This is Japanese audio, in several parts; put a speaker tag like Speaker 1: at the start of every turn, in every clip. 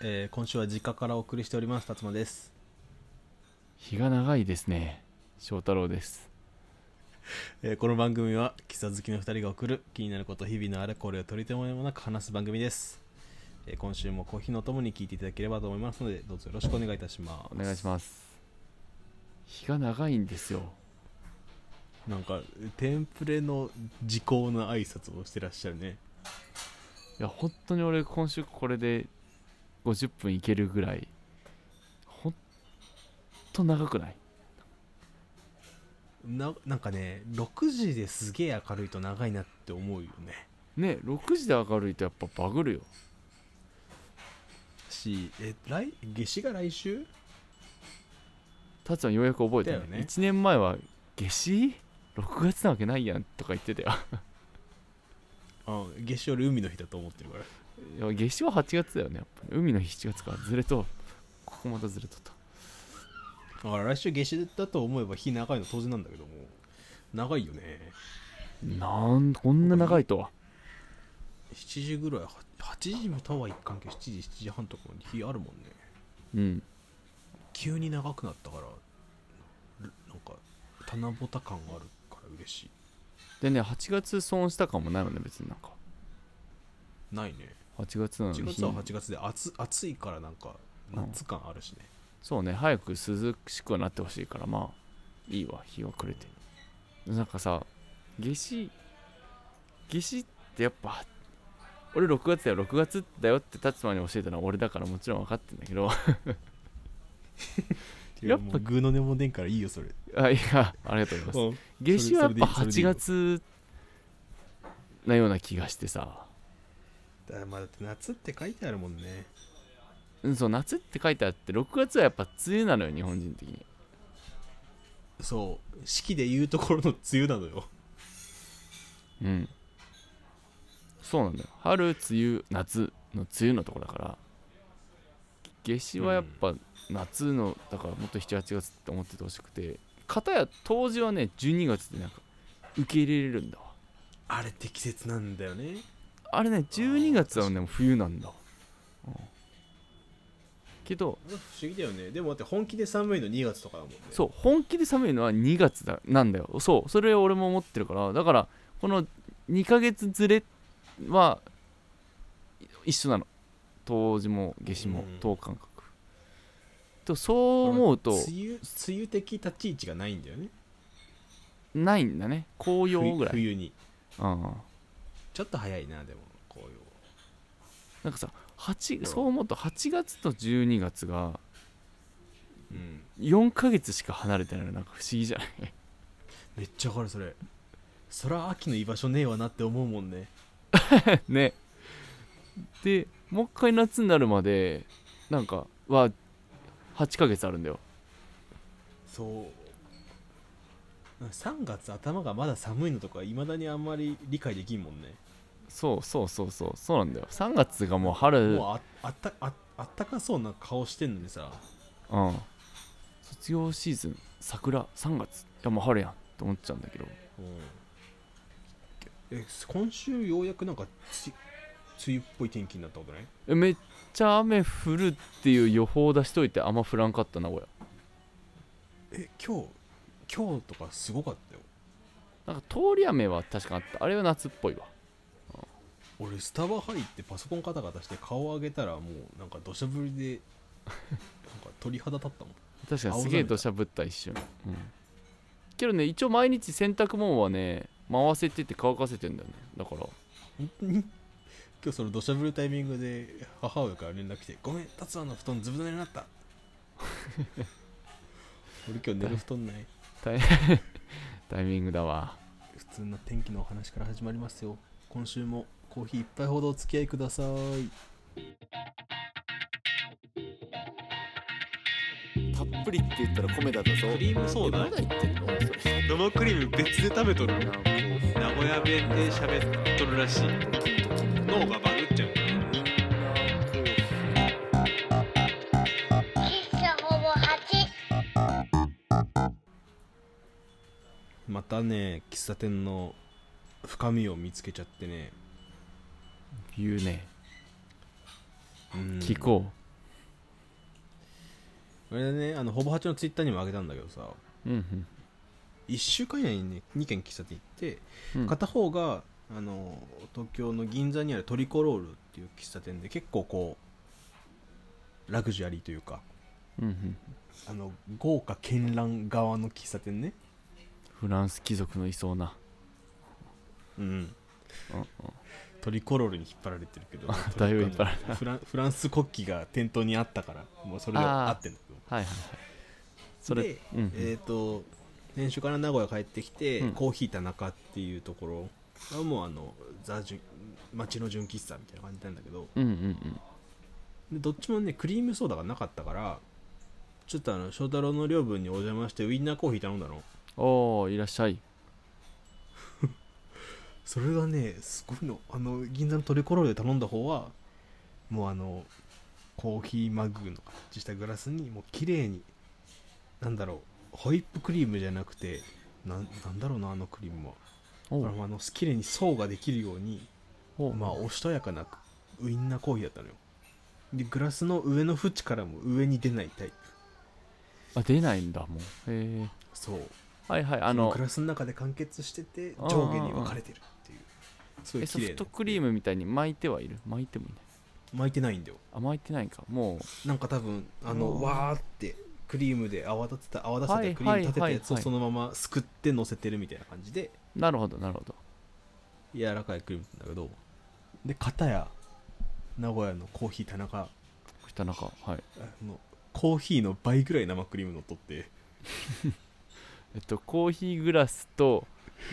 Speaker 1: えー今週は実家からお送りしております辰馬です
Speaker 2: 日が長いですね翔太郎です
Speaker 1: えーこの番組は喫茶好きの2人が送る気になること日々のあれこれを取り留めもなく話す番組です、えー今週もコーヒーのお供に聞いていただければと思いますのでどうぞよろしくお願いいたします
Speaker 2: お願いします日が長いんですよ
Speaker 1: すなんかテンプレの時効の挨拶をしてらっしゃるね
Speaker 2: いや本当に俺今週これで50分いけるぐらいほんと長くない
Speaker 1: ななんかね6時ですげえ明るいと長いなって思うよね
Speaker 2: ね6時で明るいとやっぱバグるよ
Speaker 1: しえ来夏至が来週
Speaker 2: たっちゃんようやく覚えたよ
Speaker 1: だよ
Speaker 2: ね
Speaker 1: ね
Speaker 2: 1年前は夏至 ?6 月なわけないやんとか言ってたよ
Speaker 1: あ夏至より海の日だと思ってるから
Speaker 2: いや夏至は8月だよねやっぱり海の日7月からずれとここまたずれとっ
Speaker 1: だ
Speaker 2: た
Speaker 1: から来週夏至だと思えば日長いの当然なんだけども長いよね
Speaker 2: なんこんな長いとは
Speaker 1: 7時ぐらいは8時もタワー一関係7時7時半とかに日あるもんね
Speaker 2: うん
Speaker 1: 急に長くなったからななんか七夕感があるから嬉し
Speaker 2: でね8月損した感もないのね別になんか
Speaker 1: いないね
Speaker 2: 8月なのに
Speaker 1: 8
Speaker 2: 日
Speaker 1: 月は8月で暑暑いからなんか夏感あるしね、
Speaker 2: そうね早く涼しくはなってほしいからまあいいわ日は暮れてなんかさ夏至夏至ってやっぱ俺6月だよ6月だよって達馬に教えたのは俺だからもちろん分かってんだけど
Speaker 1: いや
Speaker 2: やっぱ
Speaker 1: もうグーの根も出んからいいよそれ
Speaker 2: あいやありがとう ございます夏至はやっぱ
Speaker 1: それでい
Speaker 2: 8
Speaker 1: い
Speaker 2: 月なような気がしてさ
Speaker 1: だからまあだって夏って書いてあるもんね
Speaker 2: うんそう夏って書いてあって6月はやっぱ梅雨なのよ日本人的に
Speaker 1: そう四季でいうところの梅雨なのよ
Speaker 2: うんそうなんだよ春梅雨夏の梅雨のとこだから夏至はやっぱ夏のだからもっと78月って思っててほしくて片や冬至はね12月でなんか受け入れれるんだわ
Speaker 1: あれ適切なんだよね
Speaker 2: あれね12月はねもう冬なんだわ、うんけど
Speaker 1: 不思議だよねでもだって本気で寒いの2月とかだもんね
Speaker 2: そう本気で寒いのは2月だなんだよそうそれを俺も思ってるからだからこの2ヶ月ずれはい一緒なの冬至も夏至
Speaker 1: う
Speaker 2: も
Speaker 1: ん
Speaker 2: 等間隔、とそう思うと
Speaker 1: 梅雨梅雨的立ち位置がないんだよね
Speaker 2: ないんだね紅葉ぐらい、
Speaker 1: 冬に
Speaker 2: うん、
Speaker 1: ちょっと早いなでも紅
Speaker 2: なんかさ八
Speaker 1: うん
Speaker 2: そう思うと8月と12月が
Speaker 1: 葉うん
Speaker 2: 4ヶ月しか離れてないのなんか不思議じゃない
Speaker 1: めっちゃわかるそれそら秋の居場所ねえわなって思うもんね
Speaker 2: ねでもう一回夏になるまでなんかは8ヶ月あるんだよ
Speaker 1: そう3月頭がまだ寒いのとかいまだにあんまり理解できんもんね
Speaker 2: そうそうそうそうそうなんだよ3月がもう春
Speaker 1: もうああったああったかそうな顔してんのにさ
Speaker 2: うん、卒業シーズン桜3月いやもう春やんと思っちゃうんだけど
Speaker 1: うんえ今週ようやくなんかつ梅雨っぽい天気になったことない
Speaker 2: えめっちゃ雨降るっていう予報出しといてあんま降らんかった名古屋
Speaker 1: え今日今日とかすごかったよ
Speaker 2: なんか通り雨は確かあったあれは夏っぽいわ
Speaker 1: 俺スタバ入ってパソコンカタカタして顔上げたらもうなんか土砂降りでなんか鳥肌立ったもん
Speaker 2: 確か
Speaker 1: 青空
Speaker 2: にすげえ土砂降った一瞬、うん、けどね一応毎日洗濯物はね回せてて乾かせてんだよねだから
Speaker 1: 本当に今日その土砂降りタイミングで母親から連絡来て「ごめん達也の布団ずぶ濡れになった」俺今日寝る布団ない
Speaker 2: タイミングだわ
Speaker 1: 普通の天気のお話から始まりますよ今週もコーヒー一杯ほどお付き合いください
Speaker 2: たっぷりって言ったら米だとそう
Speaker 1: リームソーダ
Speaker 2: 言ってんの
Speaker 1: 生クリーム別で食べとる名古屋弁で喋っとるらしい脳がバグっちゃう
Speaker 3: 喫茶ほ ぼ8。
Speaker 1: またね喫茶店の深みを見つけちゃってね
Speaker 2: 言うね
Speaker 1: うん
Speaker 2: 聞こう
Speaker 1: あれねあのほぼ8のツイッターにもあげたんだけどさ
Speaker 2: うん
Speaker 1: 1週間以内にね2軒喫茶店行って、
Speaker 2: うん
Speaker 1: 片方があの東京の銀座にあるトリコロールっていう喫茶店で結構こうラグジュアリーというか
Speaker 2: うんうん
Speaker 1: あの豪華絢爛側の喫茶店ね
Speaker 2: フランス貴族のいそうな
Speaker 1: うん
Speaker 2: うんうん
Speaker 1: トリコロールに引っ張られてるけど
Speaker 2: だいぶ引っ張られ
Speaker 1: フランフランス国旗が店頭にあったからもうそれで
Speaker 2: あー
Speaker 1: 合ってんだけど
Speaker 2: はいはいはいそれ
Speaker 1: で、
Speaker 2: うんうん
Speaker 1: えっ、と年初から名古屋帰ってきて、
Speaker 2: うん
Speaker 1: コーヒー田中っていうところはもうあのザ純町の純喫茶みたいな感じなんだけど
Speaker 2: うんうん
Speaker 1: でどっちもねクリームソーダがなかったからちょっとあの翔太郎の領分にお邪魔してウインナーコーヒー頼んだの
Speaker 2: うんおおいらっしゃい
Speaker 1: それがねすごいのあの銀座のトリコロールで頼んだ方はもうあのコーヒーマグの形したグラスにもう綺麗になんだろうホイップクリームじゃなくてなんなんだろうなあのクリームは
Speaker 2: お
Speaker 1: これ
Speaker 2: う
Speaker 1: もあの綺麗に層ができるように
Speaker 2: おう
Speaker 1: まあおしとやかなウインナーコーヒーだったのよでグラスの上の縁からも上に出ないタイプ
Speaker 2: あ出ないんだもうへえ
Speaker 1: そう
Speaker 2: はいはいあ
Speaker 1: あの
Speaker 2: の
Speaker 1: グラスの中で完結してて
Speaker 2: あー
Speaker 1: 上下に分かれてるっていうすご
Speaker 2: え
Speaker 1: い
Speaker 2: ソ
Speaker 1: 綺麗
Speaker 2: フ
Speaker 1: な
Speaker 2: トクリームみたいに巻いてはいる巻いてもいない
Speaker 1: 巻いてないんだよ
Speaker 2: あ巻いてないんかもう
Speaker 1: なんか多分あ
Speaker 2: お
Speaker 1: の
Speaker 2: ー
Speaker 1: わーってクリームで泡立てた泡立てたクリーム立てたやつをそのまますくって乗せてるみたいな感じで
Speaker 2: なるほどなるほど
Speaker 1: 柔らかいクリームなんだけどで片や名古屋のコーヒー田中
Speaker 2: 北中はい
Speaker 1: あのコーヒーの倍ぐらい生クリームのっとって
Speaker 2: えっとコーヒーグラスと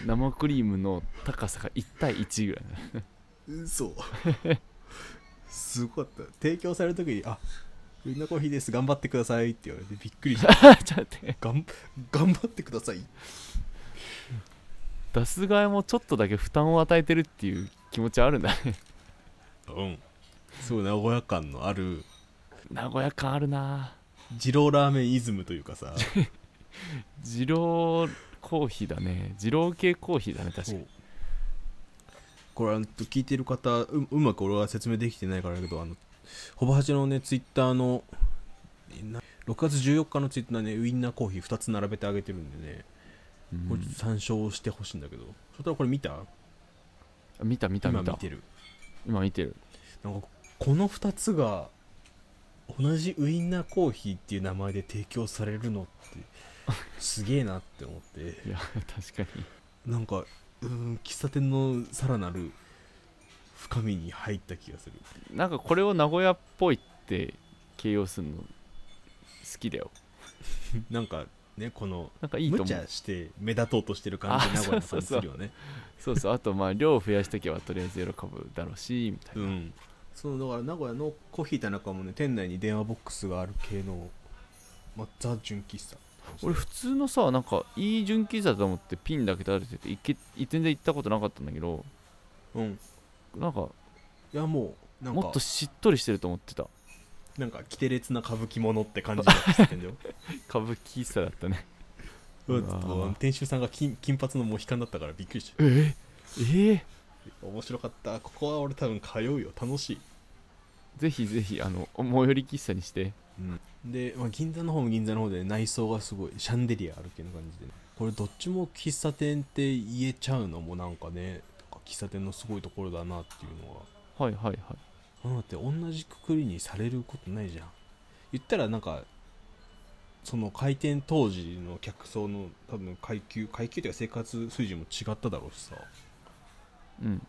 Speaker 2: 生クリームの高さが1対1ぐらい な
Speaker 1: 嘘すごかった提供される時に「あウインナーコーヒーです頑張ってください」って言われてびっくりした
Speaker 2: ちょっと待って
Speaker 1: がん頑張ってください
Speaker 2: 出す側もちょっとだけ負担を与えてるっていう気持ちはあるんだね
Speaker 1: うんすごい名古屋感のある
Speaker 2: 名古屋感あるな
Speaker 1: 二郎ラーメンイズムというかさ
Speaker 2: 二郎コーヒーだね二郎系コーヒーだね確か
Speaker 1: そ
Speaker 2: に
Speaker 1: うこれあの聞いてる方ううまく俺は説明できてないからだけどあのほぼ八のねツイッターのな6月14日のツイッターねウインナーコーヒー2つ並べてあげてるんでね
Speaker 2: うん
Speaker 1: これちょっと参照してほしいんだけど、そしたらこれ見た
Speaker 2: あ見た見た
Speaker 1: 今
Speaker 2: 見
Speaker 1: 見
Speaker 2: た
Speaker 1: てる
Speaker 2: 今見てる
Speaker 1: なんかこの2つが同じウインナーコーヒーっていう名前で提供されるのってすげえなって思って
Speaker 2: いや 確かに
Speaker 1: なんかうーん喫茶店のさらなる深みに入った気がする
Speaker 2: なんかこれを名古屋っぽいって形容するの好きだよ
Speaker 1: なんかねこの
Speaker 2: なんかいいと
Speaker 1: 無
Speaker 2: 思う
Speaker 1: 茶して目立とうとしてる感じ
Speaker 2: あ
Speaker 1: 名古屋の感じす
Speaker 2: そうそうそう
Speaker 1: るよね
Speaker 2: そうそうあとまあ量を増やしとけばとりあえず喜ぶだろうしみたいな、
Speaker 1: うんそのだから名古屋のコーヒー田中もね店内に電話ボックスがある系の、まあ、ザ純喫茶
Speaker 2: 俺普通のさなんかいい純喫茶だと思ってピンだけ垂れてて行け全然行ったことなかったんだけど
Speaker 1: うん
Speaker 2: なんか
Speaker 1: いやもうなんか
Speaker 2: もっとしっとりしてると思ってた
Speaker 1: なんかキテレツな歌舞伎ものって感じの喫茶店だ よ
Speaker 2: 歌舞伎喫茶だったね
Speaker 1: う
Speaker 2: うわー
Speaker 1: ん店主さんが金金髪のモヒカンだったからびっくりし
Speaker 2: えー、ええ
Speaker 1: た面白かったここは俺多分通うよ楽しい、
Speaker 2: ぜひぜひあのお最寄り喫茶にして
Speaker 1: で、まあ、銀座の方も銀座の方で内装がすごいシャンデリアある系の感じで、ね、これどっちも喫茶店って言えちゃうのもなんかねなんか喫茶店のすごいところだなっていうのは
Speaker 2: はいはいはい
Speaker 1: あだって同じくくりにされることないじゃん言ったらなんかその開店当時の客層の多分階級階級というか生活水準も違っただろうしさ
Speaker 2: うん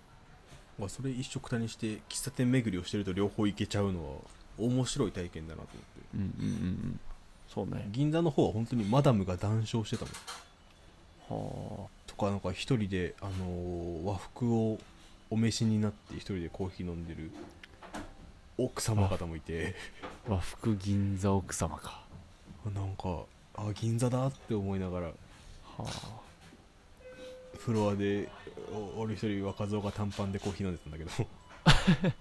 Speaker 1: まあそれ一緒くたにして喫茶店巡りをしてると両方行けちゃうのは面白い体験だなと思って
Speaker 2: うんうんうんうんそうね
Speaker 1: 銀座の方は本当にマダムが談笑してたもん
Speaker 2: は
Speaker 1: とかなんか一人で、あのー和服をお召しになって一人でコーヒー飲んでる奥様方もいて
Speaker 2: あ和服銀座奥様か
Speaker 1: なんかあ銀座だって思いながら
Speaker 2: はあ
Speaker 1: フロアでお俺一人若造が短パンでコーヒー飲んでたんだ け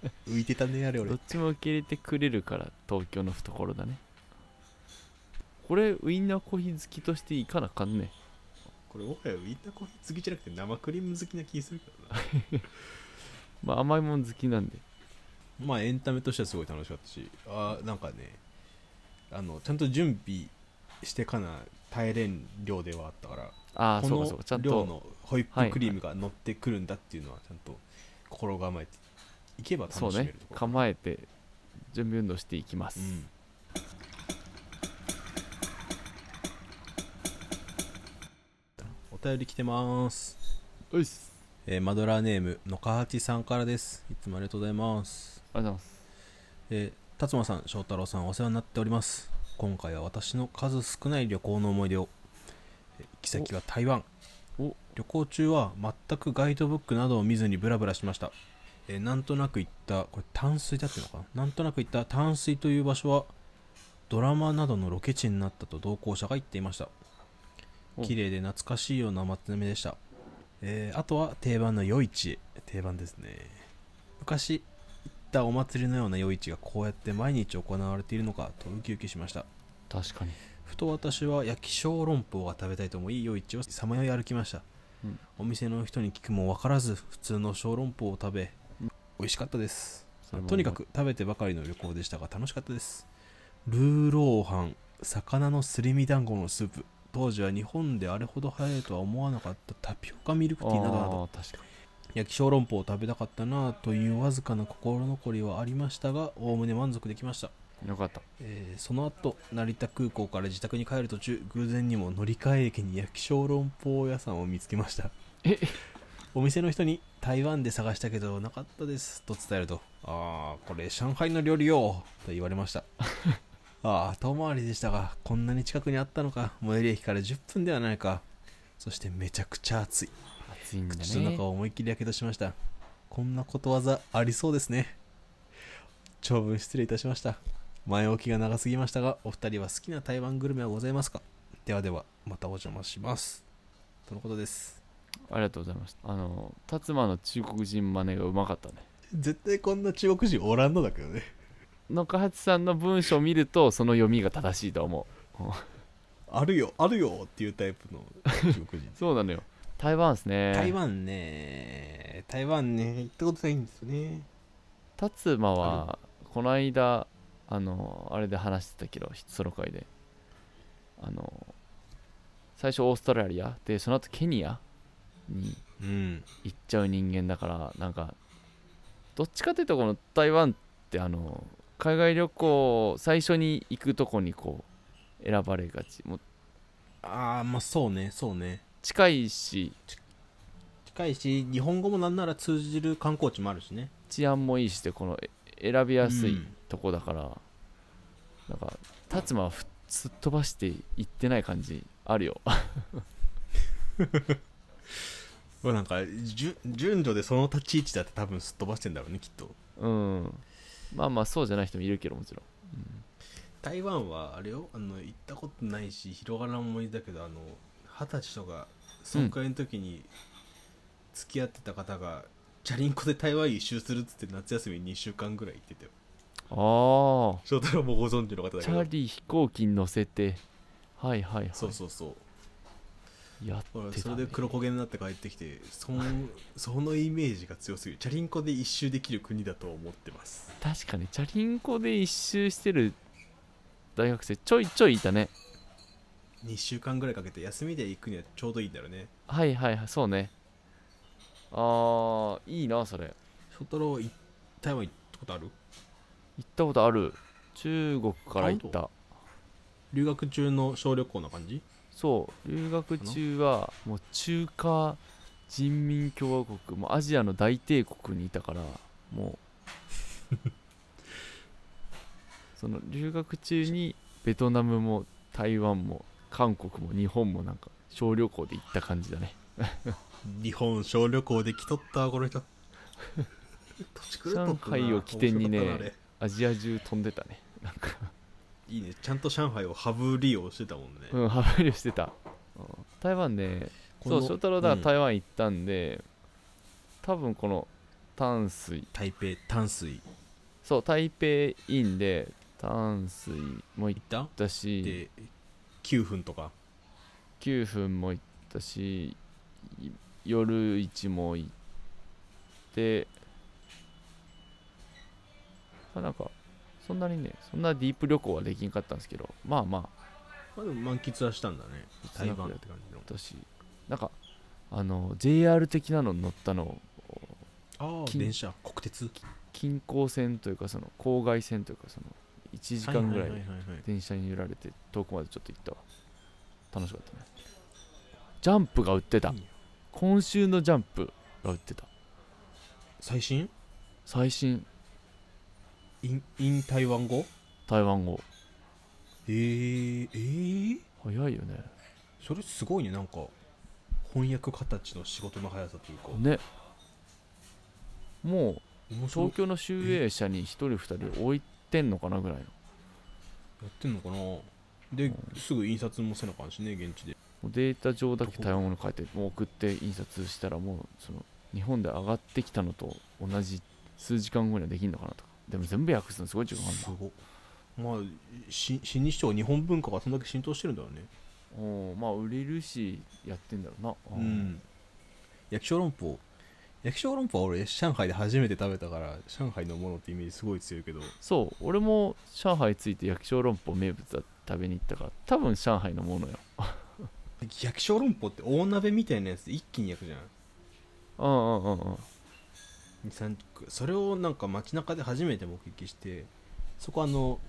Speaker 1: ど浮いてたねあれ俺
Speaker 2: どっちも受け入れてくれるから東京の懐だねこれウインナーコーヒー好きとしていかなあかんね
Speaker 1: これもはや浮いたコーヒー好きじゃなくて生クリーム好きな気するからな
Speaker 2: まあ甘いもん好きなんで
Speaker 1: まあエンタメとしてはすごい楽しかったしあーなんかねあのちゃんと準備してかな耐えれん量ではあったから
Speaker 2: ああ
Speaker 1: こ
Speaker 2: そうかそうかちゃ
Speaker 1: の
Speaker 2: ん
Speaker 1: 量
Speaker 2: と
Speaker 1: のホイップクリームが乗ってくるんだっていうのはちゃんと心構えていけば
Speaker 2: そ
Speaker 1: 楽
Speaker 2: う
Speaker 1: しめ
Speaker 2: ね
Speaker 1: るところ
Speaker 2: 構えて準備運動していきます、
Speaker 1: うんお便り来てます、
Speaker 2: ういっす
Speaker 1: えーマドラーネームのかはちさんからですいつもありがとうございます
Speaker 2: ありがとうございます
Speaker 1: えー、辰馬さん、翔太郎さん、お世話になっております。今回は私の数少ない旅行の思い出を。えー行き先は台湾
Speaker 2: お。
Speaker 1: 旅行中は全くガイドブックなどを見ずにブラブラしました。えーなんとなく行った、これ淡水だっていうのかななんとなく行った淡水という場所は、ドラマなどのロケ地になったと同行者が言っていました
Speaker 2: お
Speaker 1: 綺麗で懐かしいような街並みでした、えーあとは定番の夜市定番ですね昔行ったお祭りのような夜市がこうやって毎日行われているのかとウキウキしました
Speaker 2: 確かに
Speaker 1: ふと私は焼き小籠包が食べたいと思い夜市をさまよい歩きました、
Speaker 2: うん
Speaker 1: お店の人に聞くも分からず普通の小籠包を食べ、
Speaker 2: うん
Speaker 1: 美味しかったです
Speaker 2: それも
Speaker 1: とにかく食べてばかりの旅行でしたが楽しかったですルーローハン魚のすり身団子のスープ当時は日本であれほど流行るとは思わなかったタピオカミルク
Speaker 2: あ
Speaker 1: ティーなどなど
Speaker 2: ー確かに
Speaker 1: 焼き小籠包を食べたかったなというわずかな心残りはありましたがおおむね満足できました
Speaker 2: よかった
Speaker 1: えーその後成田空港から自宅に帰る途中偶然にも乗り換え駅に焼き小籠包屋さんを見つけました
Speaker 2: え
Speaker 1: お店の人に「台湾で探したけどなかったです」と伝えると「ああこれ上海の料理よ」と言われましたああ遠回りでしたがこんなに近くにあったのか最寄り駅から10分ではないかそしてめちゃくちゃ暑い
Speaker 2: 暑いんだね
Speaker 1: 口の中を思いっきりやけどしましたこんなことわざありそうですね長文失礼いたしました前置きが長すぎましたがお二人は好きな台湾グルメはございますかではではまたお邪魔しますとのことです
Speaker 2: ありがとうございましたあの達馬の中国人真似がうまかったね
Speaker 1: 絶対こんな中国人おらんのだけどね
Speaker 2: 野川八さんの文章を見るとその読みが正しいと思
Speaker 1: あるよあるよっていうタイプ の中国人
Speaker 2: うそうなのよ台湾ですね
Speaker 1: 台湾ね台湾ね行ったことないんですよね
Speaker 2: 達馬はこの間あのあれで話してたけどソロ会であの最初オーストラリアでその後ケニアに
Speaker 1: うん
Speaker 2: 行っちゃう人間だからなんかどっちかというとこの台湾ってあの海外旅行最初に行くとこにこう選ばれがちもう
Speaker 1: ああまあそうねそうね
Speaker 2: 近いし
Speaker 1: 近いし日本語もなんなら通じる観光地もあるしね
Speaker 2: 治安もいいしでこのえ選びやす
Speaker 1: う
Speaker 2: い
Speaker 1: ん
Speaker 2: とこだから、なんか達馬はふすっ飛ばして行ってない感じあるよ
Speaker 1: うわなんか順順序でその立ち位置だって多分すっ飛ばしてんだろ うねきっと
Speaker 2: うんまあまあそうじゃない人もいるけどもちろん
Speaker 1: 台湾はあれよあの行ったことないし広がらん思い出だけどあの二十歳とか総会の時に付き合ってた方が、チャリンコで台湾一周するっつって夏休み2週間ぐらい行ってたよ
Speaker 2: あ
Speaker 1: 翔太郎もご存知の方
Speaker 2: あ
Speaker 1: だ
Speaker 2: チ
Speaker 1: け
Speaker 2: ャ
Speaker 1: ど
Speaker 2: リ飛行機に乗せてはいはいはい
Speaker 1: そうそうそう
Speaker 2: やってた、
Speaker 1: 俺
Speaker 2: ね、
Speaker 1: それで黒焦げになって帰ってきてそんそのイメージが強すぎるチャリンコで一周できる国だと思ってます
Speaker 2: 確かにチャリンコで一周してる大学生ちょいちょいいたね
Speaker 1: 2週間ぐらいかけて休みで行くにはちょうどいいんだろうね
Speaker 2: はいはいはいそうねああいいなそれ
Speaker 1: 翔太郎い台湾行ったことある
Speaker 2: 行ったことある中国から行った
Speaker 1: 留学中の小旅行な感じ
Speaker 2: そう留学中はもう中華人民共和国もうアジアの大帝国にいたからもう その留学中にベトナムも台湾も韓国も日本もなんか小旅行で行った感じだね
Speaker 1: 日本小旅行で来とったこの人土地狂っとったな
Speaker 2: 上海を起点にね
Speaker 1: 面白かったなあ
Speaker 2: アジア中飛んでたねなんか
Speaker 1: れいいねちゃんと上海をハブ利用してたもんね、
Speaker 2: うんハブリしてた、うん台湾ね
Speaker 1: こ
Speaker 2: そ
Speaker 1: の
Speaker 2: う翔太郎だから
Speaker 1: ん
Speaker 2: 台湾行ったんで、多分この淡水
Speaker 1: 台北淡水
Speaker 2: そう台北インで淡水も行
Speaker 1: 行っ
Speaker 2: っ
Speaker 1: た
Speaker 2: たし
Speaker 1: で9分とか
Speaker 2: 9分も行ったしい夜市も行ってあなんかそんなにねそんなディープ旅行はできんかったんですけどまあまあ
Speaker 1: まあ、でも満喫はしたんだね台湾って感じの
Speaker 2: 私なんかあの JR 的なの乗ったの
Speaker 1: ああ
Speaker 2: 近
Speaker 1: 電車国鉄
Speaker 2: 近郊線というかその郊外線というかその1時間ぐ
Speaker 1: は
Speaker 2: ら
Speaker 1: い
Speaker 2: い
Speaker 1: はいはいはいはい
Speaker 2: 電車に揺られて遠くまでちょっと行ったわ楽しかったねジャンプが売ってた
Speaker 1: いいよ
Speaker 2: 今週のジャンプが売ってた
Speaker 1: 最新
Speaker 2: 最新
Speaker 1: in, in 台湾語
Speaker 2: 台湾語
Speaker 1: えー、えー、
Speaker 2: 早いよね
Speaker 1: それすごいねなんか翻訳形の仕事の速さというか
Speaker 2: ねもう
Speaker 1: 面白い
Speaker 2: 東京の集英社に1人2人置いてんのかなぐらいの
Speaker 1: やってんのかなですぐ印刷もせなあかんしね現地で
Speaker 2: もうデータ上だけ台湾語に書いてもう送って印刷したらもうその日本で上がってきたのと同じ数時間後にはできるのかなとかでも全部訳すのすごい時間か
Speaker 1: す
Speaker 2: かる
Speaker 1: ごいまあし新日朝は日本文化がそんだけ浸透してるんだよね
Speaker 2: なおーまあ売れるしやってんだろうなあー
Speaker 1: うん焼き小籠包焼き小籠包は俺上海で初めて食べたから上海のものってイメージすごい強いけど
Speaker 2: そう俺も上海ついて焼き小籠包名物だ食べに行ったから多分上海のものよ
Speaker 1: 焼き小籠包って大鍋みたいなやつで一気に焼くじゃん
Speaker 2: うんうんうんうん
Speaker 1: 23それをなんか街中で初めて目撃してそこあの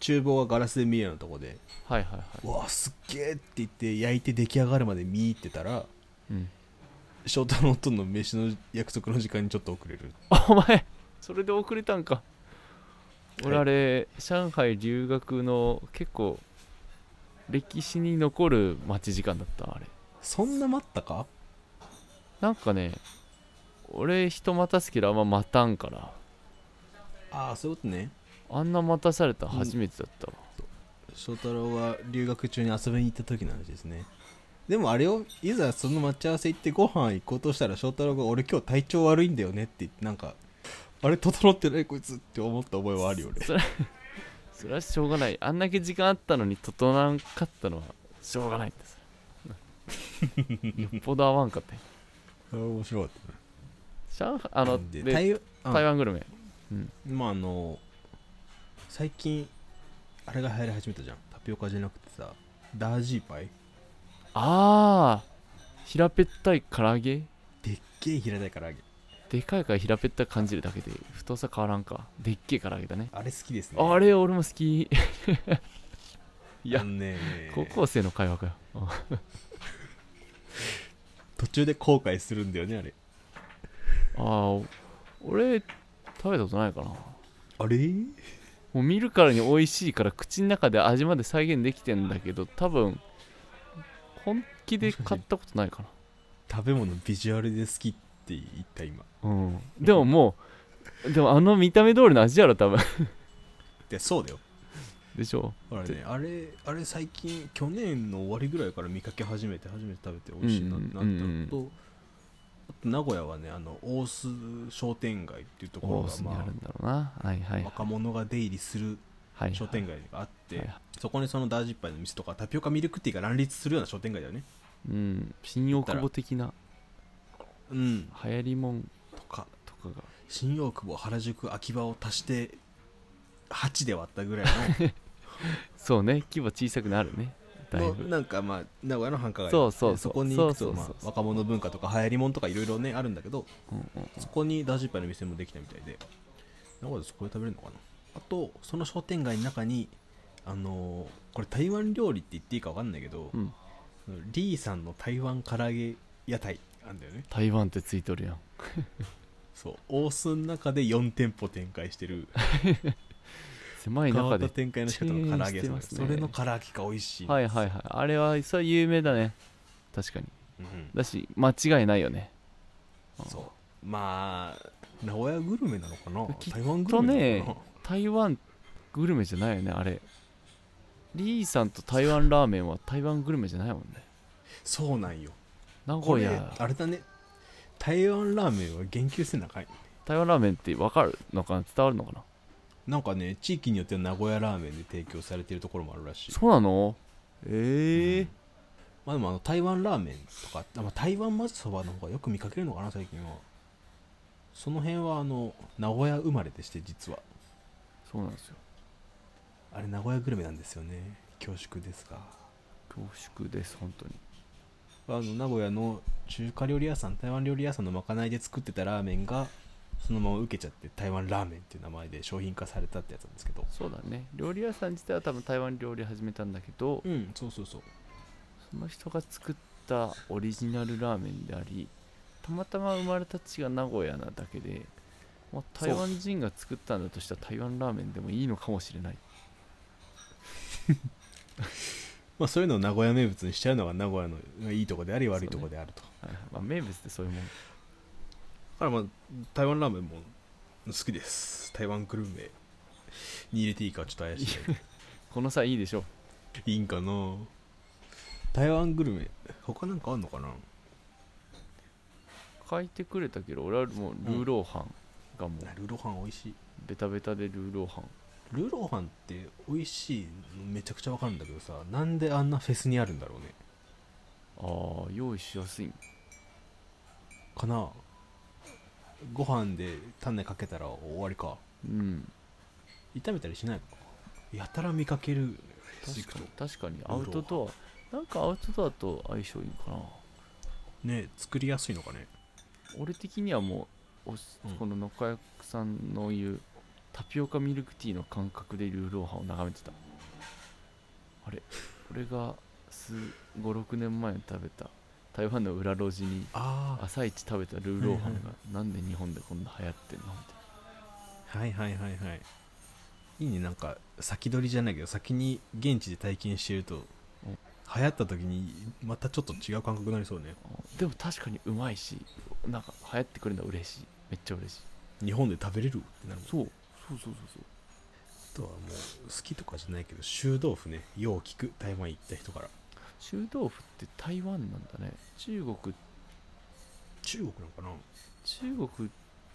Speaker 1: 厨房がガラスで見えるようなとこで
Speaker 2: はいはいはい、
Speaker 1: 「うわすっげえ!」って言って焼いて出来上がるまで見入ってたら
Speaker 2: うん、
Speaker 1: 翔太郎との飯の約束の時間にちょっと遅れる
Speaker 2: お前それで遅れたんか俺
Speaker 1: はい
Speaker 2: あれ、上海留学の結構歴史に残る待ち時間だったあれ
Speaker 1: そんな待ったか
Speaker 2: なんかね俺人待たすけどあんま待たんから
Speaker 1: ああそういうことね
Speaker 2: あんな待たされたの初めてだったわ、
Speaker 1: 翔太郎が留学中に遊びに行った時の話ですねでもあれをいざその待ち合わせ行ってご飯行こうとしたら翔太郎が「俺今日体調悪いんだよね」って言ってなんか「あれ整ってないこいつ」って思った覚えはあるよね
Speaker 2: それそれはしょうがないあんだけ時間あったのに整わんかったのはしょうがないんですよっぽど合わんかったんや
Speaker 1: あれ面白かったね
Speaker 2: 上海あの
Speaker 1: で
Speaker 2: で
Speaker 1: 台あ
Speaker 2: 台湾グルメ
Speaker 1: まああの最近あれが流行り始めたじゃんタピオカじゃなくてさダージーパイ
Speaker 2: ああ平べったい唐揚げ
Speaker 1: でっけえ平たい唐揚げ
Speaker 2: でかいから平べったい感じるだけで太さ変わらんかでっけえ唐揚げだね
Speaker 1: あれ好きですね
Speaker 2: あれ俺も好きい
Speaker 1: あ
Speaker 2: や
Speaker 1: のね
Speaker 2: 高校生の会話かよあ
Speaker 1: 途中で後悔するんだよねあれ
Speaker 2: あー俺食べたことないかなも
Speaker 1: あれ
Speaker 2: う見るからに美味しいから口の中で味まで再現できてんだけど多分本気で買ったことないか
Speaker 1: 食べ物ビジュアルで好きって言った今
Speaker 2: なうんでももうでもあの見た目通りの味やろ多分
Speaker 1: でそうだよ
Speaker 2: でしょ
Speaker 1: ほらねあれあれ最近去年の終わりぐらいから見かけ始めて初めて食べて美味しいなってなったのと、あと名古屋はねあの大須商店街っていうとこ
Speaker 2: 大
Speaker 1: ろが
Speaker 2: 須に
Speaker 1: ま
Speaker 2: あ
Speaker 1: あ
Speaker 2: るんだろうなはいはい
Speaker 1: 若者が出入りする
Speaker 2: はい
Speaker 1: 商店街があって、
Speaker 2: はいはい
Speaker 1: そこにそのダージッパイの店とかタピオカミルクティーが乱立するような商店街だよね
Speaker 2: うん新大久保的な
Speaker 1: うん
Speaker 2: 流行りもん
Speaker 1: とか
Speaker 2: とかが
Speaker 1: 新大久保原宿秋葉を足して8で割ったぐらい
Speaker 2: そうね規模小さくなるね だい
Speaker 1: のの
Speaker 2: ぶ
Speaker 1: なんかまあ名古屋の繁華街
Speaker 2: そうそうそう
Speaker 1: でそこに行く
Speaker 2: そ
Speaker 1: と
Speaker 2: うそ
Speaker 1: ま
Speaker 2: うそう
Speaker 1: あ若者文化とか流行りもんとかいろいろねあるんだけど
Speaker 2: うんうん
Speaker 1: そこにダージッパイの店もできたみたいで名古屋でそこで食べれるのかなあとその商店街の中にあのーこれ台湾料理って言っていいか分かんないけど、
Speaker 2: うん
Speaker 1: リーさんの台湾唐揚げ屋台あんだよね
Speaker 2: 台湾ってついとるやん
Speaker 1: そう大須の中で4店舗展開してる
Speaker 2: 狭い
Speaker 1: 変わ
Speaker 2: 中
Speaker 1: った
Speaker 2: で
Speaker 1: 展開の仕方の唐揚げ屋
Speaker 2: チェーンして
Speaker 1: さん、
Speaker 2: ますね
Speaker 1: それの唐揚げが美味しい、
Speaker 2: はいはいはいあれはそれ有名だね確かに
Speaker 1: うん
Speaker 2: だし間違いないよね
Speaker 1: そうまあ名古屋グルメなのかな
Speaker 2: きっと
Speaker 1: 台湾グルメなのか
Speaker 2: 台湾グルメじゃないよねあれリーさんと台湾ラーメンは台湾グルメじゃないもんね
Speaker 1: なそうなんよ
Speaker 2: 名
Speaker 1: こ
Speaker 2: 古
Speaker 1: れ
Speaker 2: 屋
Speaker 1: あれだね台湾ラーメンは言及せなあかんよ
Speaker 2: 台湾ラーメンって分かるのかな伝わるのかな
Speaker 1: なんかね地域によっては名古屋ラーメンで提供されてるところもあるらしい
Speaker 2: そうなのええ
Speaker 1: まあでもあの台湾ラーメンとかあまあ台湾まぜそばの方がよく見かけるのかな最近はその辺はあの名古屋生まれでして実は
Speaker 2: そうなんですよ
Speaker 1: あれ名古屋グルメなんですよね恐縮ですが
Speaker 2: 恐縮です本当に
Speaker 1: あの名古屋の中華料理屋さん台湾料理屋さんのまかないで作ってたラーメンがそのまま受けちゃって台湾ラーメンっていう名前で商品化されたってやつなんですけど
Speaker 2: そうだね料理屋さん自体は多分台湾料理始めたんだけど
Speaker 1: うんそうそうそう
Speaker 2: その人が作ったオリジナルラーメンでありたまたま生まれた地が名古屋なだけで、まあ、
Speaker 1: そう
Speaker 2: 台湾人が作ったんだとしたら台湾ラーメンでもいいのかもしれない
Speaker 1: まあそういうのを名古屋名物にしちゃうのが名古屋のいいとこであり
Speaker 2: そう
Speaker 1: 悪
Speaker 2: ね
Speaker 1: いとこであると、
Speaker 2: はいはいまあ、名物ってそういうもん
Speaker 1: だからまあ台湾ラーメンも好きです台湾グルメに入れていいかちょっと怪しい
Speaker 2: この際いいでしょう
Speaker 1: いいんかな台湾グルメ他なんかあんのかな
Speaker 2: 書いてくれたけど俺はもうルーローハンがもう
Speaker 1: ルーローハン美味しい
Speaker 2: ベタベタでルーローハン
Speaker 1: ルーローハンって美味しいのめちゃくちゃわかるんだけどさなんであんなフェスにあるんだろうね
Speaker 2: ああ用意しやすいん
Speaker 1: かなご飯で種かけたら終わりか
Speaker 2: うん
Speaker 1: 炒めたりしないのかやたら見かけるフェス
Speaker 2: 確
Speaker 1: 行く
Speaker 2: か
Speaker 1: と
Speaker 2: に確かに
Speaker 1: ー
Speaker 2: ア
Speaker 1: ロー
Speaker 2: ウトドアなんかアウトドアと相性いいのかな
Speaker 1: ね作りやすいのかね
Speaker 2: 俺的にはもうおす
Speaker 1: うん
Speaker 2: この中屋さんの言うタピオカミルクティーの感覚でルーローハンを眺めてたあれ俺が56年前に食べた台湾の裏路地に
Speaker 1: あ
Speaker 2: 朝一食べたルーローハン
Speaker 1: はい
Speaker 2: がなんで日本でこんな流行ってんのみ
Speaker 1: あ
Speaker 2: たいな
Speaker 1: はいはいはいはいいいねなんか先取りじゃないけど先に現地で体験してると
Speaker 2: うん
Speaker 1: 流行った時にまたちょっと違う感覚になりそうね
Speaker 2: あでも確かにうまいしなんか流行ってくるのは嬉しいめっちゃ嬉しい
Speaker 1: 日本で食べれるってなるもん
Speaker 2: そうそうそうそうそ
Speaker 1: あと
Speaker 2: う
Speaker 1: はもう好きとかじゃないけど臭豆腐ねよう聞く台湾行った人から
Speaker 2: 臭豆腐って台湾なんだね中国
Speaker 1: 中国なんかな
Speaker 2: 中国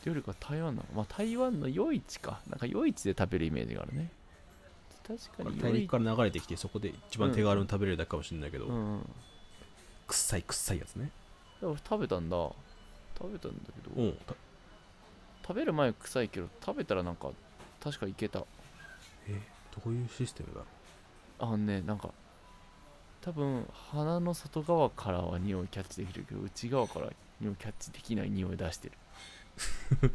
Speaker 2: よりか台湾なのまあ台湾の夜市かなんか夜市で食べるイメージがあるね確かに
Speaker 1: 大
Speaker 2: 夜
Speaker 1: 陸
Speaker 2: 市
Speaker 1: から流れてきてそこで一番手軽に食べれるだけかもしれないけど、
Speaker 2: うんうん
Speaker 1: 臭い臭いやつね
Speaker 2: でも俺食べたんだ食べたんだけど、
Speaker 1: うんへ
Speaker 2: 食べる前臭いけど食べたらなんか確かいけた
Speaker 1: どういうシステムだろ
Speaker 2: あのねなんか多分鼻の外側からは匂いキャッチできるけど内側から匂いキャッチできない匂い出してる
Speaker 1: う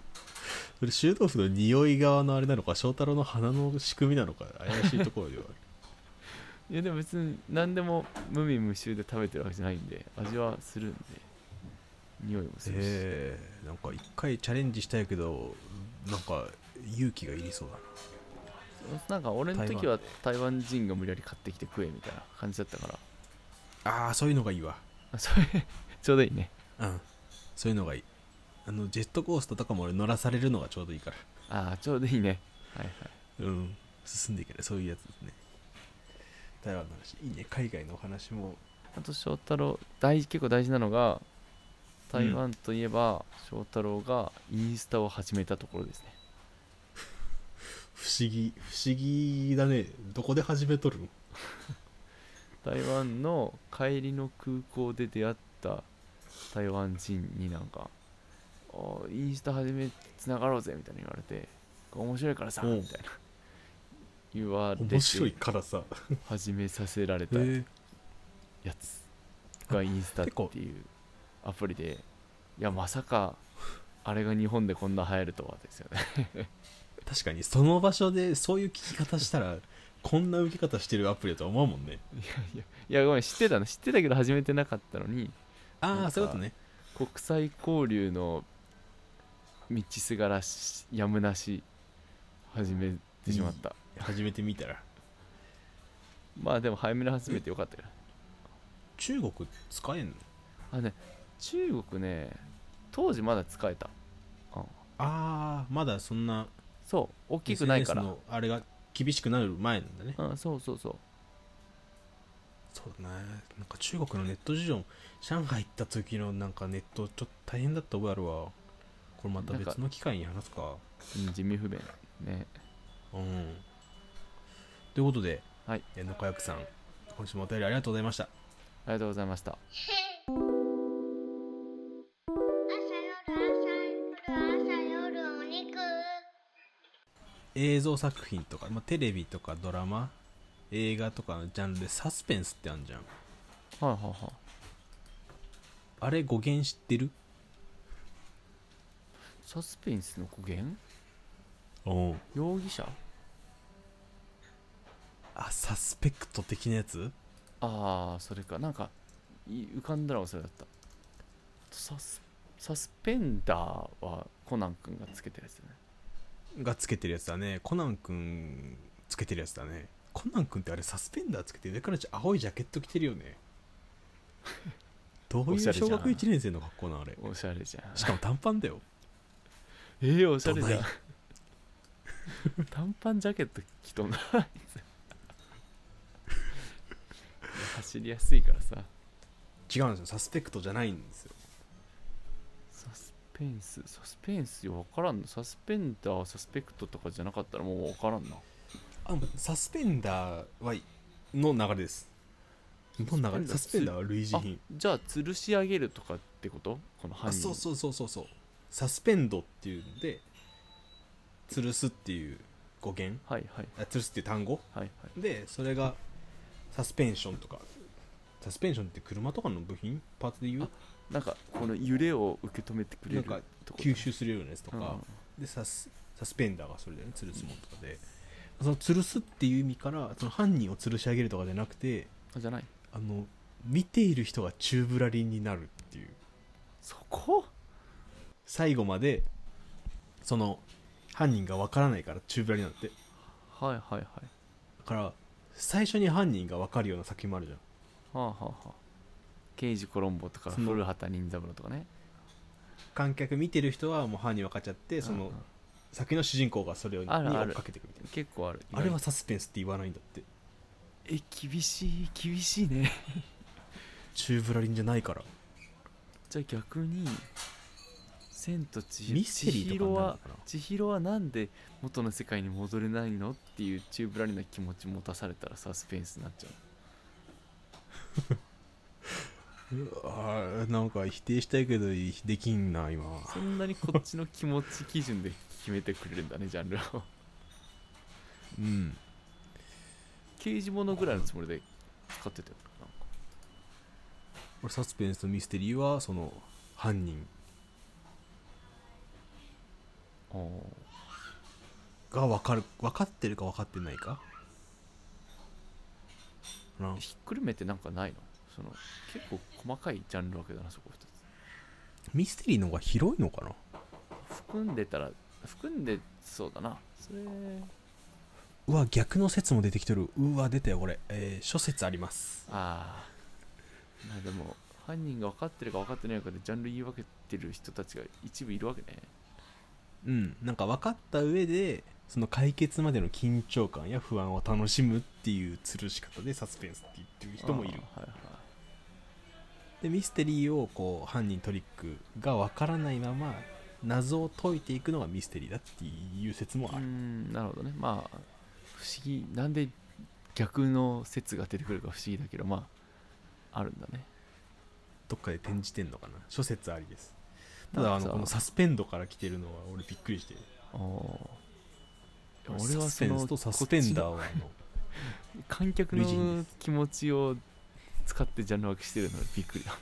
Speaker 1: それ臭豆腐の匂い側のあれなのか翔太郎の鼻の仕組みなのか怪しいところではある
Speaker 2: いやでも別に何でも無味無臭で食べてるわけじゃないんで味はするんで匂いもするし、
Speaker 1: へえなんか一回チャレンジしたいけどなんか勇気がいりそうだな
Speaker 2: なんか俺の時は台湾人が無理やり買ってきて食えみたいな感じだったから
Speaker 1: ああそういうのがいいわ
Speaker 2: あそれ ちょうどいいね
Speaker 1: うんそういうのがいいあのジェットコースターとかも俺乗らされるのがちょうどいいから
Speaker 2: ああちょうどいいねはいは
Speaker 1: う
Speaker 2: い
Speaker 1: ん進んでいけないそういうやつですね台湾の話いいね海外のお話も
Speaker 2: あと翔太郎大事結構大事なのが台湾といえば、翔太郎がインスタを始めたところですね
Speaker 1: 不思議不思議だねどこで始めとるの
Speaker 2: 台湾の帰りの空港で出会った台湾人になんか「おーインスタ始めつながろうぜ」みたいに言われて「面白いからさ」
Speaker 1: うん
Speaker 2: みたいな言われ
Speaker 1: 面白い
Speaker 2: て
Speaker 1: からさ
Speaker 2: 始めさせられた
Speaker 1: へ
Speaker 2: やつがインスタっていうアプリでいやまさかあれが日本でこんな流行るとはですよね
Speaker 1: 確かにその場所でそういう聞き方したらこんな受け方してるアプリだとは思うもんね
Speaker 2: いやいやごめん知ってたの知ってたけど始めてなかったのに
Speaker 1: あ
Speaker 2: な
Speaker 1: あ
Speaker 2: んか
Speaker 1: そういうことね
Speaker 2: 国際交流の道すがらしやむなし始めてしまった、
Speaker 1: 始めてみたら
Speaker 2: まあでも早めに始めてよかったよ
Speaker 1: 中国使えんの
Speaker 2: あね中国ね当時まだ使えた
Speaker 1: ああまだそんな
Speaker 2: そう大きくないか
Speaker 1: SNS
Speaker 2: ら、
Speaker 1: のあれが厳しくなる前なんだね
Speaker 2: うん、そうそうそう
Speaker 1: そうだねなんか中国のネット事情上海行った時のなんかネットちょっと大変だった覚えあるわこれまた
Speaker 2: なんか
Speaker 1: 別の機会に話すか
Speaker 2: うん地味不便ね
Speaker 1: うんということで、
Speaker 2: はい
Speaker 1: えー中役さん今週もお便りありがとうございました
Speaker 2: ありがとうございました
Speaker 3: 朝夜朝夜朝夜お肉
Speaker 1: 映像作品とか、まあ、テレビとかドラマ映画とかのジャンルでサスペンスってあるじゃん
Speaker 2: はいはいはい
Speaker 1: あれ語源知ってる
Speaker 2: サスペンスの語源
Speaker 1: お
Speaker 2: 容疑者
Speaker 1: あサスペクト的なやつ
Speaker 2: ああそれかなんかい浮かんだらそれだったサスサスペンダーはコナン君がつけてるやつだね
Speaker 1: がつけてるやつだねコナンくんつけてるやつだねコナンくんってあれサスペンダーつけて上からじゃ青いジャケット着てるよ ねどうい
Speaker 2: お
Speaker 1: う
Speaker 2: しゃれじゃ
Speaker 1: 小
Speaker 2: ん
Speaker 1: 学1年生の格好なのあれ
Speaker 2: おしゃれじゃん
Speaker 1: しかも短パンだよ
Speaker 2: えー、おしゃれじゃん
Speaker 1: ど
Speaker 2: 短パンジャケット着とんな走りやすいからさ
Speaker 1: 違うんですよサスペクトじゃないんですよ
Speaker 2: サスペンスサスペンスよ分からんのサスペンダーサスペクトとかじゃなかったらもう分からんな
Speaker 1: あサスペンダーはの流れですの流れサ
Speaker 2: サ
Speaker 1: ス
Speaker 2: ス
Speaker 1: ペ
Speaker 2: ペ
Speaker 1: ン
Speaker 2: ン
Speaker 1: ダ
Speaker 2: ダ
Speaker 1: ー
Speaker 2: ー
Speaker 1: は類似
Speaker 2: あ
Speaker 1: 品
Speaker 2: じゃあ吊るし上げるとかってことこの
Speaker 1: あ
Speaker 2: 犯人
Speaker 1: そうそうそうそうそうサスペンドっていうんで吊るすっていう語源
Speaker 2: はいはい
Speaker 1: あ吊るすっていう単語
Speaker 2: はいはい
Speaker 1: でそれがサスペンションとかサスペンションって車とかの部品パーツで言う
Speaker 2: なんかこの揺れを受け止めてくれ
Speaker 1: な
Speaker 2: る
Speaker 1: んか
Speaker 2: とこ
Speaker 1: 吸収するようなやつと
Speaker 2: うん
Speaker 1: か、でサスサスペンダーがそれだよね吊るすものとかで、その吊るすっていう意味からその犯人を吊るし上げるとかじゃなくて
Speaker 2: あじゃない
Speaker 1: あの見ている人が宙ぶらりんになるっていう
Speaker 2: そこ
Speaker 1: 最後までその犯人がわからないから宙ぶらりんなんてだ
Speaker 2: はいはいはいは
Speaker 1: から最初に犯人がわかるような作品もあるじゃん
Speaker 2: あはあはあ刑事コロンボとか
Speaker 1: その
Speaker 2: 古畑任三郎とかね
Speaker 1: 観客見てる人はもう犯人分かっちゃってその
Speaker 2: うんうん
Speaker 1: 先の主人公がそれをに
Speaker 2: あるある
Speaker 1: 追っかけてくみたい
Speaker 2: 結構ある
Speaker 1: なあれはサスペンスって言わないんだって
Speaker 2: え厳しい厳しいね
Speaker 1: 宙ぶらりんじゃないから
Speaker 2: じゃあ逆に千と千尋
Speaker 1: ミステリーとかになるの
Speaker 2: は
Speaker 1: かな
Speaker 2: 千尋はなんで元の世界に戻れないのっていうチューブラリな気持ち持たされたらサスペンスになっちゃう
Speaker 1: うわーなんか否定したいけどできんな今
Speaker 2: そんなにこっちの気持ち基準で決めてくれるんだねジャンルを
Speaker 1: うん
Speaker 2: 刑事物ぐらいのつもりで使ってたよなんか
Speaker 1: 俺サスペンスとミステリーはその犯人
Speaker 2: あー
Speaker 1: が分かる分かってるか分かってないかな
Speaker 2: ひっくるめてなんかないのその結構細かいジャンルわけだなそこ一つ
Speaker 1: ミステリーの方が広いのかな
Speaker 2: 含んでたら含んでそうだなそれ
Speaker 1: うわ逆の説も出てきてるうわ出たよこれ、えー諸説あります
Speaker 2: ああまあでも犯人が分かってるか分かってないかでジャンル言い分けてる人たちが一部いるわけね
Speaker 1: うん、なんか分かった上でその解決までの緊張感や不安を楽しむっていう吊るし方でサスペンスって言ってる人もいる
Speaker 2: あーはいはい
Speaker 1: でミステリーをこう犯人トリックが分からないまま謎を解いていくのがミステリーだっていう説もあ
Speaker 2: うー
Speaker 1: る、
Speaker 2: んなるほどねまあ不思議なんで逆の説が出てくるか不思議だけどまああるんだね
Speaker 1: どっかで転じてんのかな諸説ありですただあ
Speaker 2: なん
Speaker 1: の
Speaker 2: かさ
Speaker 1: このサスペンドから来てるのは俺びっくりして
Speaker 2: おお
Speaker 1: 俺サスペンスとサスペンダーはあの
Speaker 2: 観客
Speaker 1: 類人で
Speaker 2: の気持ちを使ってジャンル分けしてるのがびっくりだ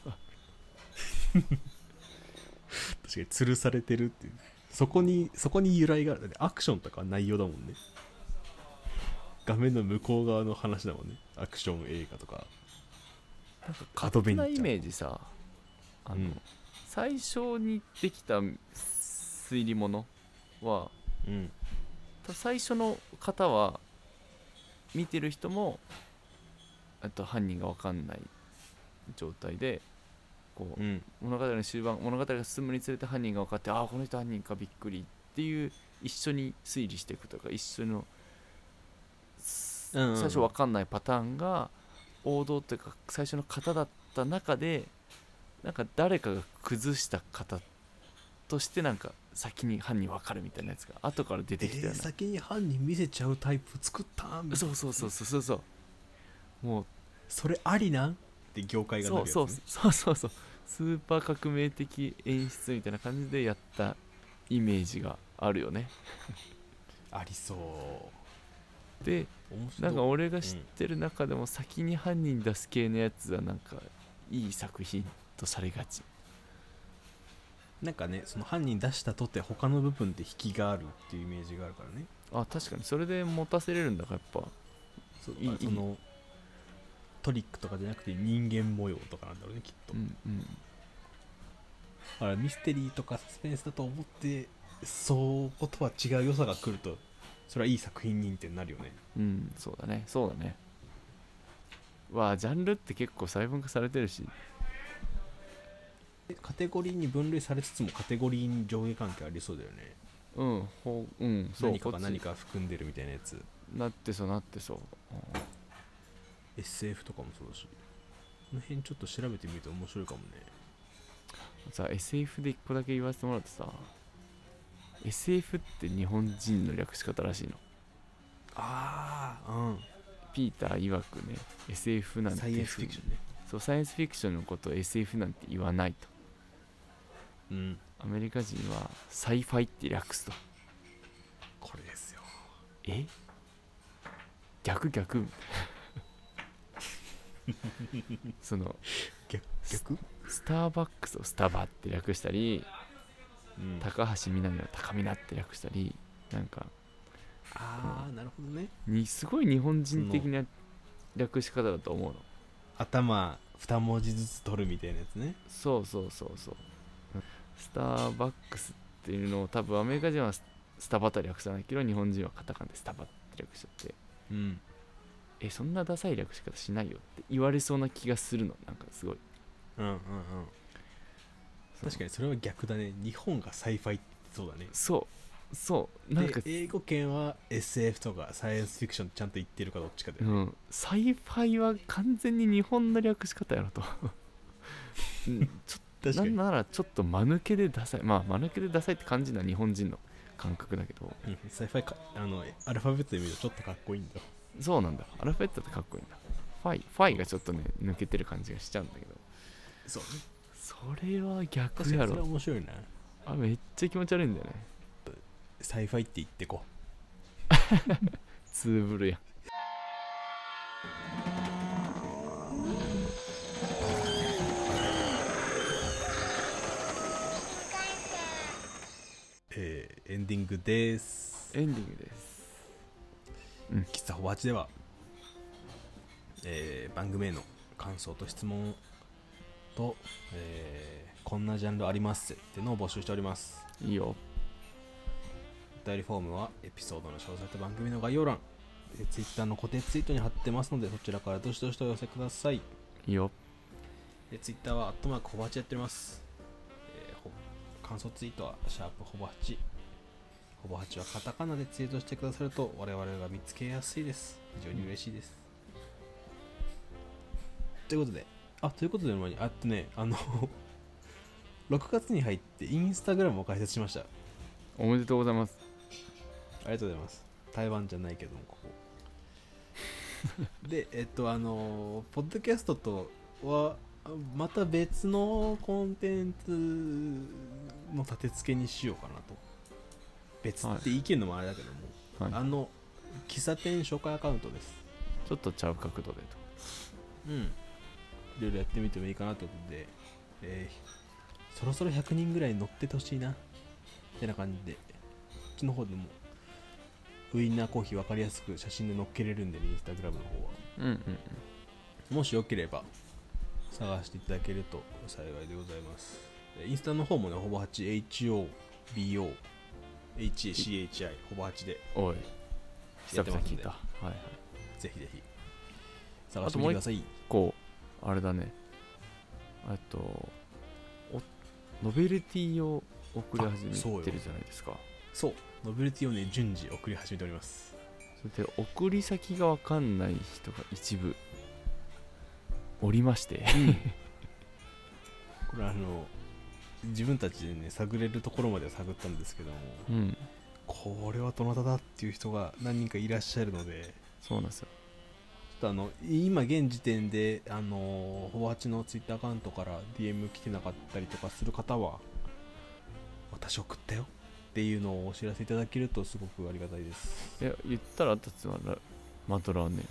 Speaker 1: 確かに吊るされてるっていうそこにそこに由来があるだってアクションとかは内容だもんね画面の向こう側の話だもんねアクション映画とかアドベ
Speaker 2: そん
Speaker 1: ンチャ
Speaker 2: な
Speaker 1: ー
Speaker 2: イメージさあの、
Speaker 1: うん
Speaker 2: 最初にできた推理物は
Speaker 1: うん
Speaker 2: た最初の方は見てる人もえっと犯人が分かんない状態でこう
Speaker 1: うん
Speaker 2: 物語の終盤物語が進むにつれて犯人が分かってああこの人犯人かびっくりっていう一緒に推理していくとか一緒の、す
Speaker 1: うんうんうん
Speaker 2: 最初分かんないパターンが王道というか最初の型だった中でなんか誰かが崩した型としてなんか先に犯人分かるみたいなやつが後から出てきたよ
Speaker 1: えー
Speaker 2: ね、
Speaker 1: 先に犯人見せちゃうタイプ作ったん
Speaker 2: そうそうそうそうそうそうもう
Speaker 1: それありなんって業界がなる
Speaker 2: そ
Speaker 1: や
Speaker 2: う
Speaker 1: つ、ね、
Speaker 2: そうそうそうそうスーパー革命的演出みたいな感じでやったイメージがあるよね
Speaker 1: ありそう
Speaker 2: で
Speaker 1: 面白
Speaker 2: ないんか俺が知ってる中でも先に犯人出す系のやつはなんかいい作品とされがち
Speaker 1: なんかねその犯人出したとって他の部分って引きがあるっていうイメージがあるからね
Speaker 2: あ確かにそれで持たせれるんだからやっ
Speaker 1: そう
Speaker 2: いい
Speaker 1: そのトリックとかじゃなくて人間模様とかなんだろうねきっ
Speaker 2: ぱ
Speaker 1: と、
Speaker 2: うんうん
Speaker 1: だからミステリーとかサスペンスだと思ってそうことは違う良さが来るとそれはいい作品認定になるよね
Speaker 2: うんそうだねそうだねわあジャンルって結構細分化されてるし
Speaker 1: でカテゴリーに分類されつつもカテゴリーに上下関係ありそうだよね
Speaker 2: うんほううんそう
Speaker 1: 何か
Speaker 2: こ
Speaker 1: が
Speaker 2: っち
Speaker 1: 何か含んでるみたいなやつ
Speaker 2: なってそうなってそう
Speaker 1: SF とかもそうだしこの辺ちょっと調べてみると面白いかもね
Speaker 2: さ SF で一個だけ言わせてもらってさ SF って日本人の略し方らしいの
Speaker 1: ああ
Speaker 2: ピーター曰くね SF
Speaker 1: う
Speaker 2: なん
Speaker 1: ん
Speaker 2: て
Speaker 1: サイエンスフィクションね
Speaker 2: そうサイエンスフィクションのことを SF なんて言わないと
Speaker 1: うん
Speaker 2: アメリカ人はサイファイって略すと
Speaker 1: これですよ
Speaker 2: え 逆逆その
Speaker 1: 逆逆
Speaker 2: スターバックスをスタバって略したり
Speaker 1: うん
Speaker 2: 高橋みなみを高みなって略したりなんか
Speaker 1: ああなるほどね
Speaker 2: にすごい日本人的な略し方だと思うの
Speaker 1: 頭2文字ずつ取るみたいなやつね
Speaker 2: そうそうそうそうスターバックスっていうのを多分アメリカ人はススタバと略さないけど日本人はカタカナでスタバって略しちゃって
Speaker 1: うん
Speaker 2: えそんなダサい略し方しないよって言われそうな気がするのなんかすごい
Speaker 1: うんうんうん確かにそれは逆だね日本がサイファイってそうだね
Speaker 2: そうそうなんか
Speaker 1: で英語圏は SF とかサイエンスフィクションってちゃんと言ってるかどっちかで、
Speaker 2: うん、サイファイは完全に日本の略し方やろ とうんちょっ
Speaker 1: 確
Speaker 2: なんならちょっと間抜けでダサいまあ間抜けでダサいって感じな日本人の感覚だけど
Speaker 1: うんサイファイかあのアルファベットで見るとちょっとかっこいいんだよ
Speaker 2: そうなんだアルファベットってかっこいいんだファイファイがちょっとね抜けてる感じがしちゃうんだけど
Speaker 1: そうね
Speaker 2: それは逆
Speaker 1: 確か
Speaker 2: や
Speaker 1: にそれは
Speaker 2: ろ
Speaker 1: 面白いな
Speaker 2: あめっちゃ気持ち悪いんだよね
Speaker 1: サイファイって言ってこ
Speaker 2: ツーブルやん
Speaker 1: えーエンディングです
Speaker 2: エンディングです
Speaker 1: 喫茶ホバチでは、えー番組への感想と質問と、えーこんなジャンルありますってのを募集しております
Speaker 2: いいよ
Speaker 1: お便りフォームはエピソードの詳細と番組の概要欄えー Twitter の固定ツイートに貼ってますのでそちらからどしどしとお寄せください
Speaker 2: いいよ
Speaker 1: で Twitter はアットマークホバチやっております、えーほ感想ツイートはシャープホバチほぼ8はカタカナでツイートしてくださると我々が見つけやすいです非常に嬉しいです、ということであということで前にあとねあの 6月に入ってインスタグラムを開設しましたあ
Speaker 2: おめでとうございます
Speaker 1: りがとうございます台湾じゃないけどもここでえっとあのポッドキャストとはまた別のコンテンツの立て付けにしようかなと別って言い切るのもあれだけども、
Speaker 2: はい
Speaker 1: あの喫茶店紹介アカウントです
Speaker 2: ちょっとちゃう角度で
Speaker 1: うんいろいろやってみてもいいかなってことで、えーそろそろ100人ぐらい乗っててほしいなってな感じでこっちの方でもウインナーコーヒー分かりやすく写真で載っけれるんでねインスタグラムの方は
Speaker 2: とうんうんうん
Speaker 1: もしよければ探していただけると幸いでございますでインスタの方もねほぼ 8HOBOHACHI ほぼ8で
Speaker 2: おい
Speaker 1: や
Speaker 2: 久
Speaker 1: ってますん
Speaker 2: 々聞い
Speaker 1: で
Speaker 2: たはいはい
Speaker 1: ぜひぜひ探してみてください
Speaker 2: こうあれだねえっとおノベルティを送り始
Speaker 1: あそうよ
Speaker 2: めてるじゃないですか
Speaker 1: そうノベルティをね順次送り始めております
Speaker 2: それで送り先が分かんない人が一部おりまして
Speaker 1: これあの自分たちでね探れるところまでは探ったんですけども
Speaker 2: うん
Speaker 1: これはどなただっていう人が何人かいらっしゃるのでちょ
Speaker 2: そうなんですよ
Speaker 1: っとあの今現時点であのフォワチのツイッターアカウントから DM 来てなかったりとかする方は私送ったよっていうのをお知らせいただけるとすごくありがたいです
Speaker 2: いや言ったらあたつはラマトラーね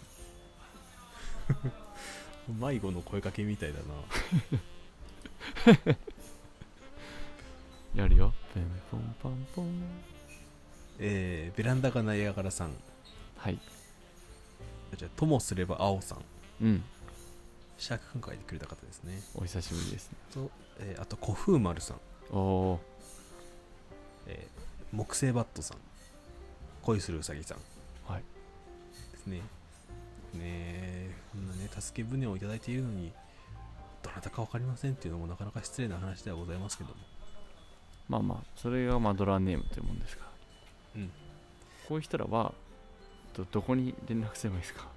Speaker 1: 迷子の声かけみたいだな
Speaker 2: やるよペンポンパンポン
Speaker 1: えー、ベランダがナイアガラさん
Speaker 2: はい
Speaker 1: じゃあともすれば青さん
Speaker 2: うん
Speaker 1: シャーク君がいてくれた方ですね
Speaker 2: お久しぶりですね
Speaker 1: と、えーあと古風丸さん、
Speaker 2: おお
Speaker 1: えー木製バットさん恋するうさぎさん
Speaker 2: ーはい
Speaker 1: ですね。ねえ、こんなね、助け舟をいただいているのに、どなたか分かりませんっていうのもなかなか失礼な話ではございますけども。
Speaker 2: まあまあそれがマドラーネームというもんですが
Speaker 1: うん
Speaker 2: こういう人らはどどこに連絡すればいいですか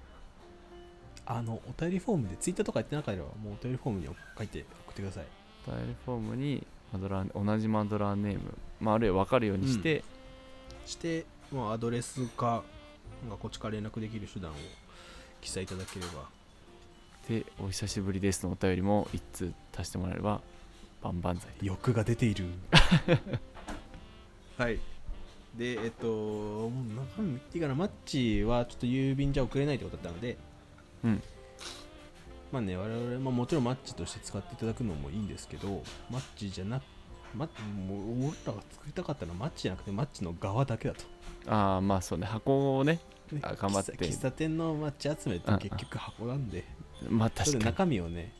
Speaker 1: あの、お便りフォームで、ツイッターとかやってなければ、もうお便りフォームに書いて送ってください。
Speaker 2: お便りフォームにマドラー同じマドラーネーム、まあ、あるいは分かるようにして、
Speaker 1: して、まあ、アドレスか、まあこっちから連絡できる手段を記載いただければ。
Speaker 2: で「お久しぶりです」のお便りも一通足してもらえれば万々歳
Speaker 1: 欲が出ている。 はい。で、えっと、もう中身言っていいかな、マッチはちょっと郵便じゃ送れないってことだったので、
Speaker 2: うん
Speaker 1: まあね、我々、まあ、もちろんマッチとして使っていただくのもいいんですけど、マッチじゃなく、マもう俺らが作りたかったのはマッチじゃなくてマッチの側だけだと。
Speaker 2: ああまあそうね箱をね
Speaker 1: ね
Speaker 2: あ頑張って
Speaker 1: 喫茶喫茶店のマッチ集めって結局箱なんで、
Speaker 2: まあ
Speaker 1: それ
Speaker 2: 確
Speaker 1: で
Speaker 2: かに
Speaker 1: 中身をね、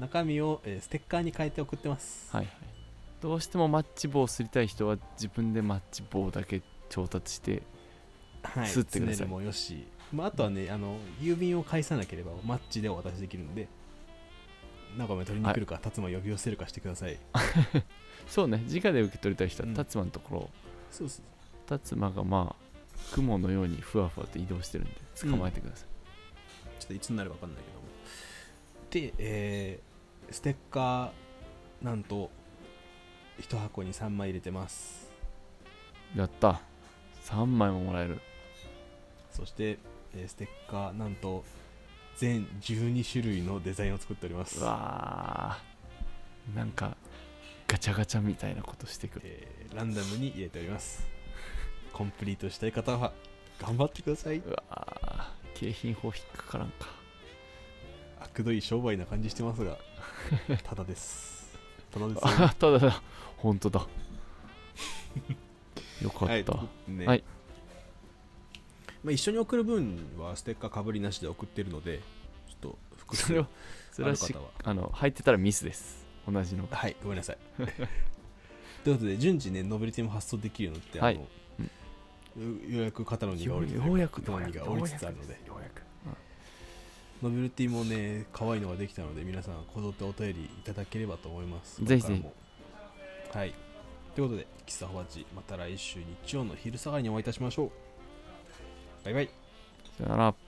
Speaker 1: 中身を、えーステッカーに変えて送ってます。
Speaker 2: はいはいどうしてもマッチ棒をすりたい人は自分でマッチ棒だけ調達して
Speaker 1: はい、
Speaker 2: 吸ってください
Speaker 1: つねるもよし、まあ、あとはねあの郵便を返さなければマッチでお渡しできるので中目取りに来るか、辰馬呼び寄せるかしてください
Speaker 2: そうね直で受け取りたい人
Speaker 1: う
Speaker 2: は
Speaker 1: ん
Speaker 2: 達馬のところ
Speaker 1: そうそう
Speaker 2: 達馬がまあ雲のようにふわふわと移動してるんで捕まえてください、
Speaker 1: ちょっといつになるか分かんないけどもで、えーステッカーなんと1箱に3枚入れてます
Speaker 2: やった3枚ももらえる
Speaker 1: そして、えーステッカーなんと全12種類のデザインを作っております
Speaker 2: うわーなんかガチャガチャみたいなことしてくる
Speaker 1: えーランダムに入れておりますコンプリートしたい方は頑張ってくださいう
Speaker 2: わー景品法引っかからんか
Speaker 1: 悪どい商売な感じしてます がただですただですよ
Speaker 2: あ ただだ 本当だよかった、
Speaker 1: はいということでね
Speaker 2: はい
Speaker 1: まあ、一緒に送る分はステッカーかぶりなしで送ってるのでちょっと複数
Speaker 2: それはそれは
Speaker 1: ある
Speaker 2: し
Speaker 1: 方は
Speaker 2: あの入ってたらミスです 同じの
Speaker 1: はいごめんな さいということで順次ねノベルティも発送できるようになって、
Speaker 2: はい
Speaker 1: あのうようやく肩の荷が下りて
Speaker 2: ようやく
Speaker 1: 肩の荷が下りつつあるので
Speaker 2: ようやく
Speaker 1: ノベルティもね可愛いのができたので皆さんこぞってお便りいただければと思います
Speaker 2: ぜひぜひ
Speaker 1: これからもはいということで喫茶ホバチまた来週日曜の昼下がりにお会いいたしましょうバイバイ
Speaker 2: さよなら